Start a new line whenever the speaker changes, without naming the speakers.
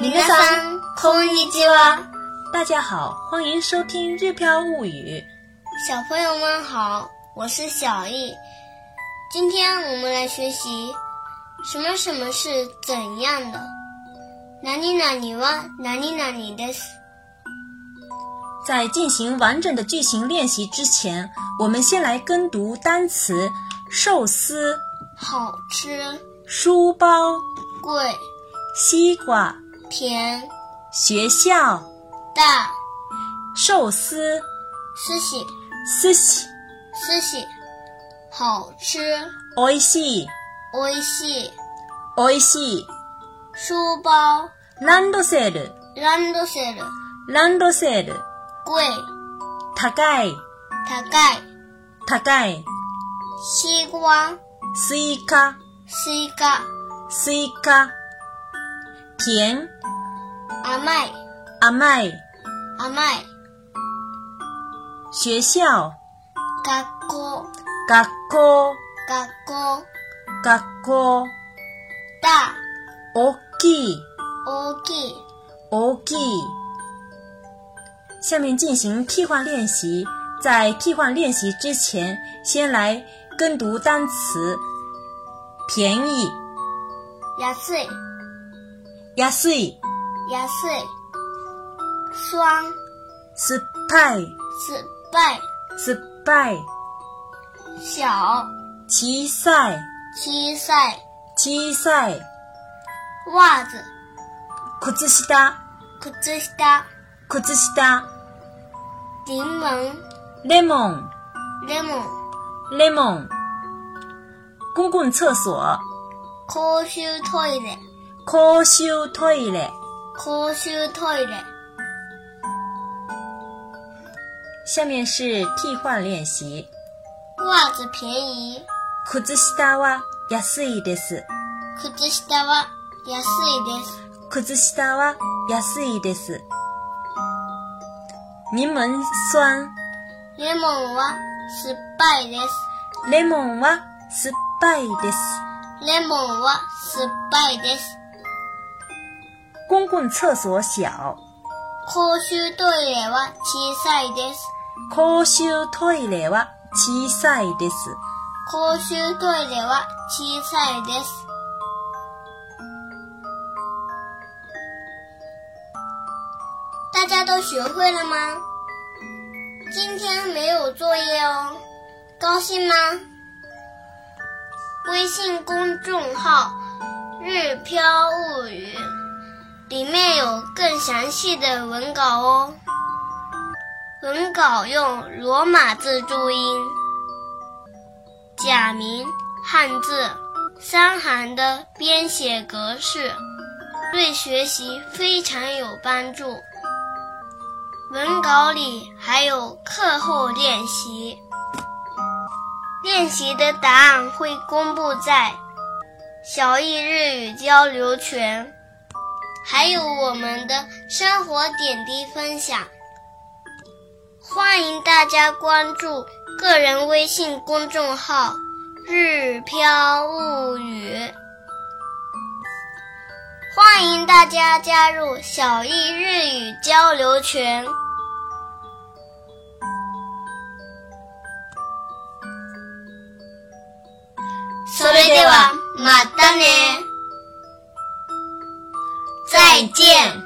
皆さんこんにちは。
大家好，欢迎收听《日飘物语》。
小朋友们好，我是小易。今天我们来学习什么什么是怎样的。哪里哪里哇，哪里哪里的。
在进行完整的句型练习之前，我们先来跟读单词：寿司、
好吃、
书包、
贵、
西瓜、
甜、
学校、
大、
寿司、
寿喜、
寿司、
寿喜、好吃、
おいしい、
おいしい、
おいしい、
书包、
ランドセル、
ランドセル、
ランドセル、
贵、
高い、
高い、
高い、
西瓜、
スイカ、
スイカ、
スイカ、甜、
甘い、
甘い、
甘い、
学校、
学校、
学校、
学校、
学校、
大、
大きい、
大きい、
大きい。下面进行替换练习，在替换练习之前，先来跟读单词：便宜、
安い、
安い、
安い、酸、
酸っぱい、
酸っぱい、
酸っぱい、
小、
小さい、
小さい、
小さい、
袜子、
靴下、
靴下、
靴下、
柠檬、
レモン、
レモン、
レモン。公共厕所、
公衆トイレ、
公衆トイレ。
公衆トイレ、
下面是替换练习。
袜子便宜、
靴下は安いです。
靴下は安いです。
靴下は安いです。柠檬酸、
レモンは酸っぱいです。
レモンは酸っぱいです。
レモンは酸っぱいです。
公共厕所小、
公衆トイレは小さいです。
公衆トイレは小さいです。
公衆トイレは小さいです。大家都学会了吗？今天没有作业哦，高兴吗？微信公众号“日飘物语”里面有更详细的文稿哦。文稿用罗马字注音。假名、汉字、三行的编写格式，对学习非常有帮助。文稿里还有课后练习，练习的答案会公布在小易日语交流群，还有我们的生活点滴分享。欢迎大家关注个人微信公众号“日飘物语”，欢迎大家加入小易日语交流群。それではまたね，再见。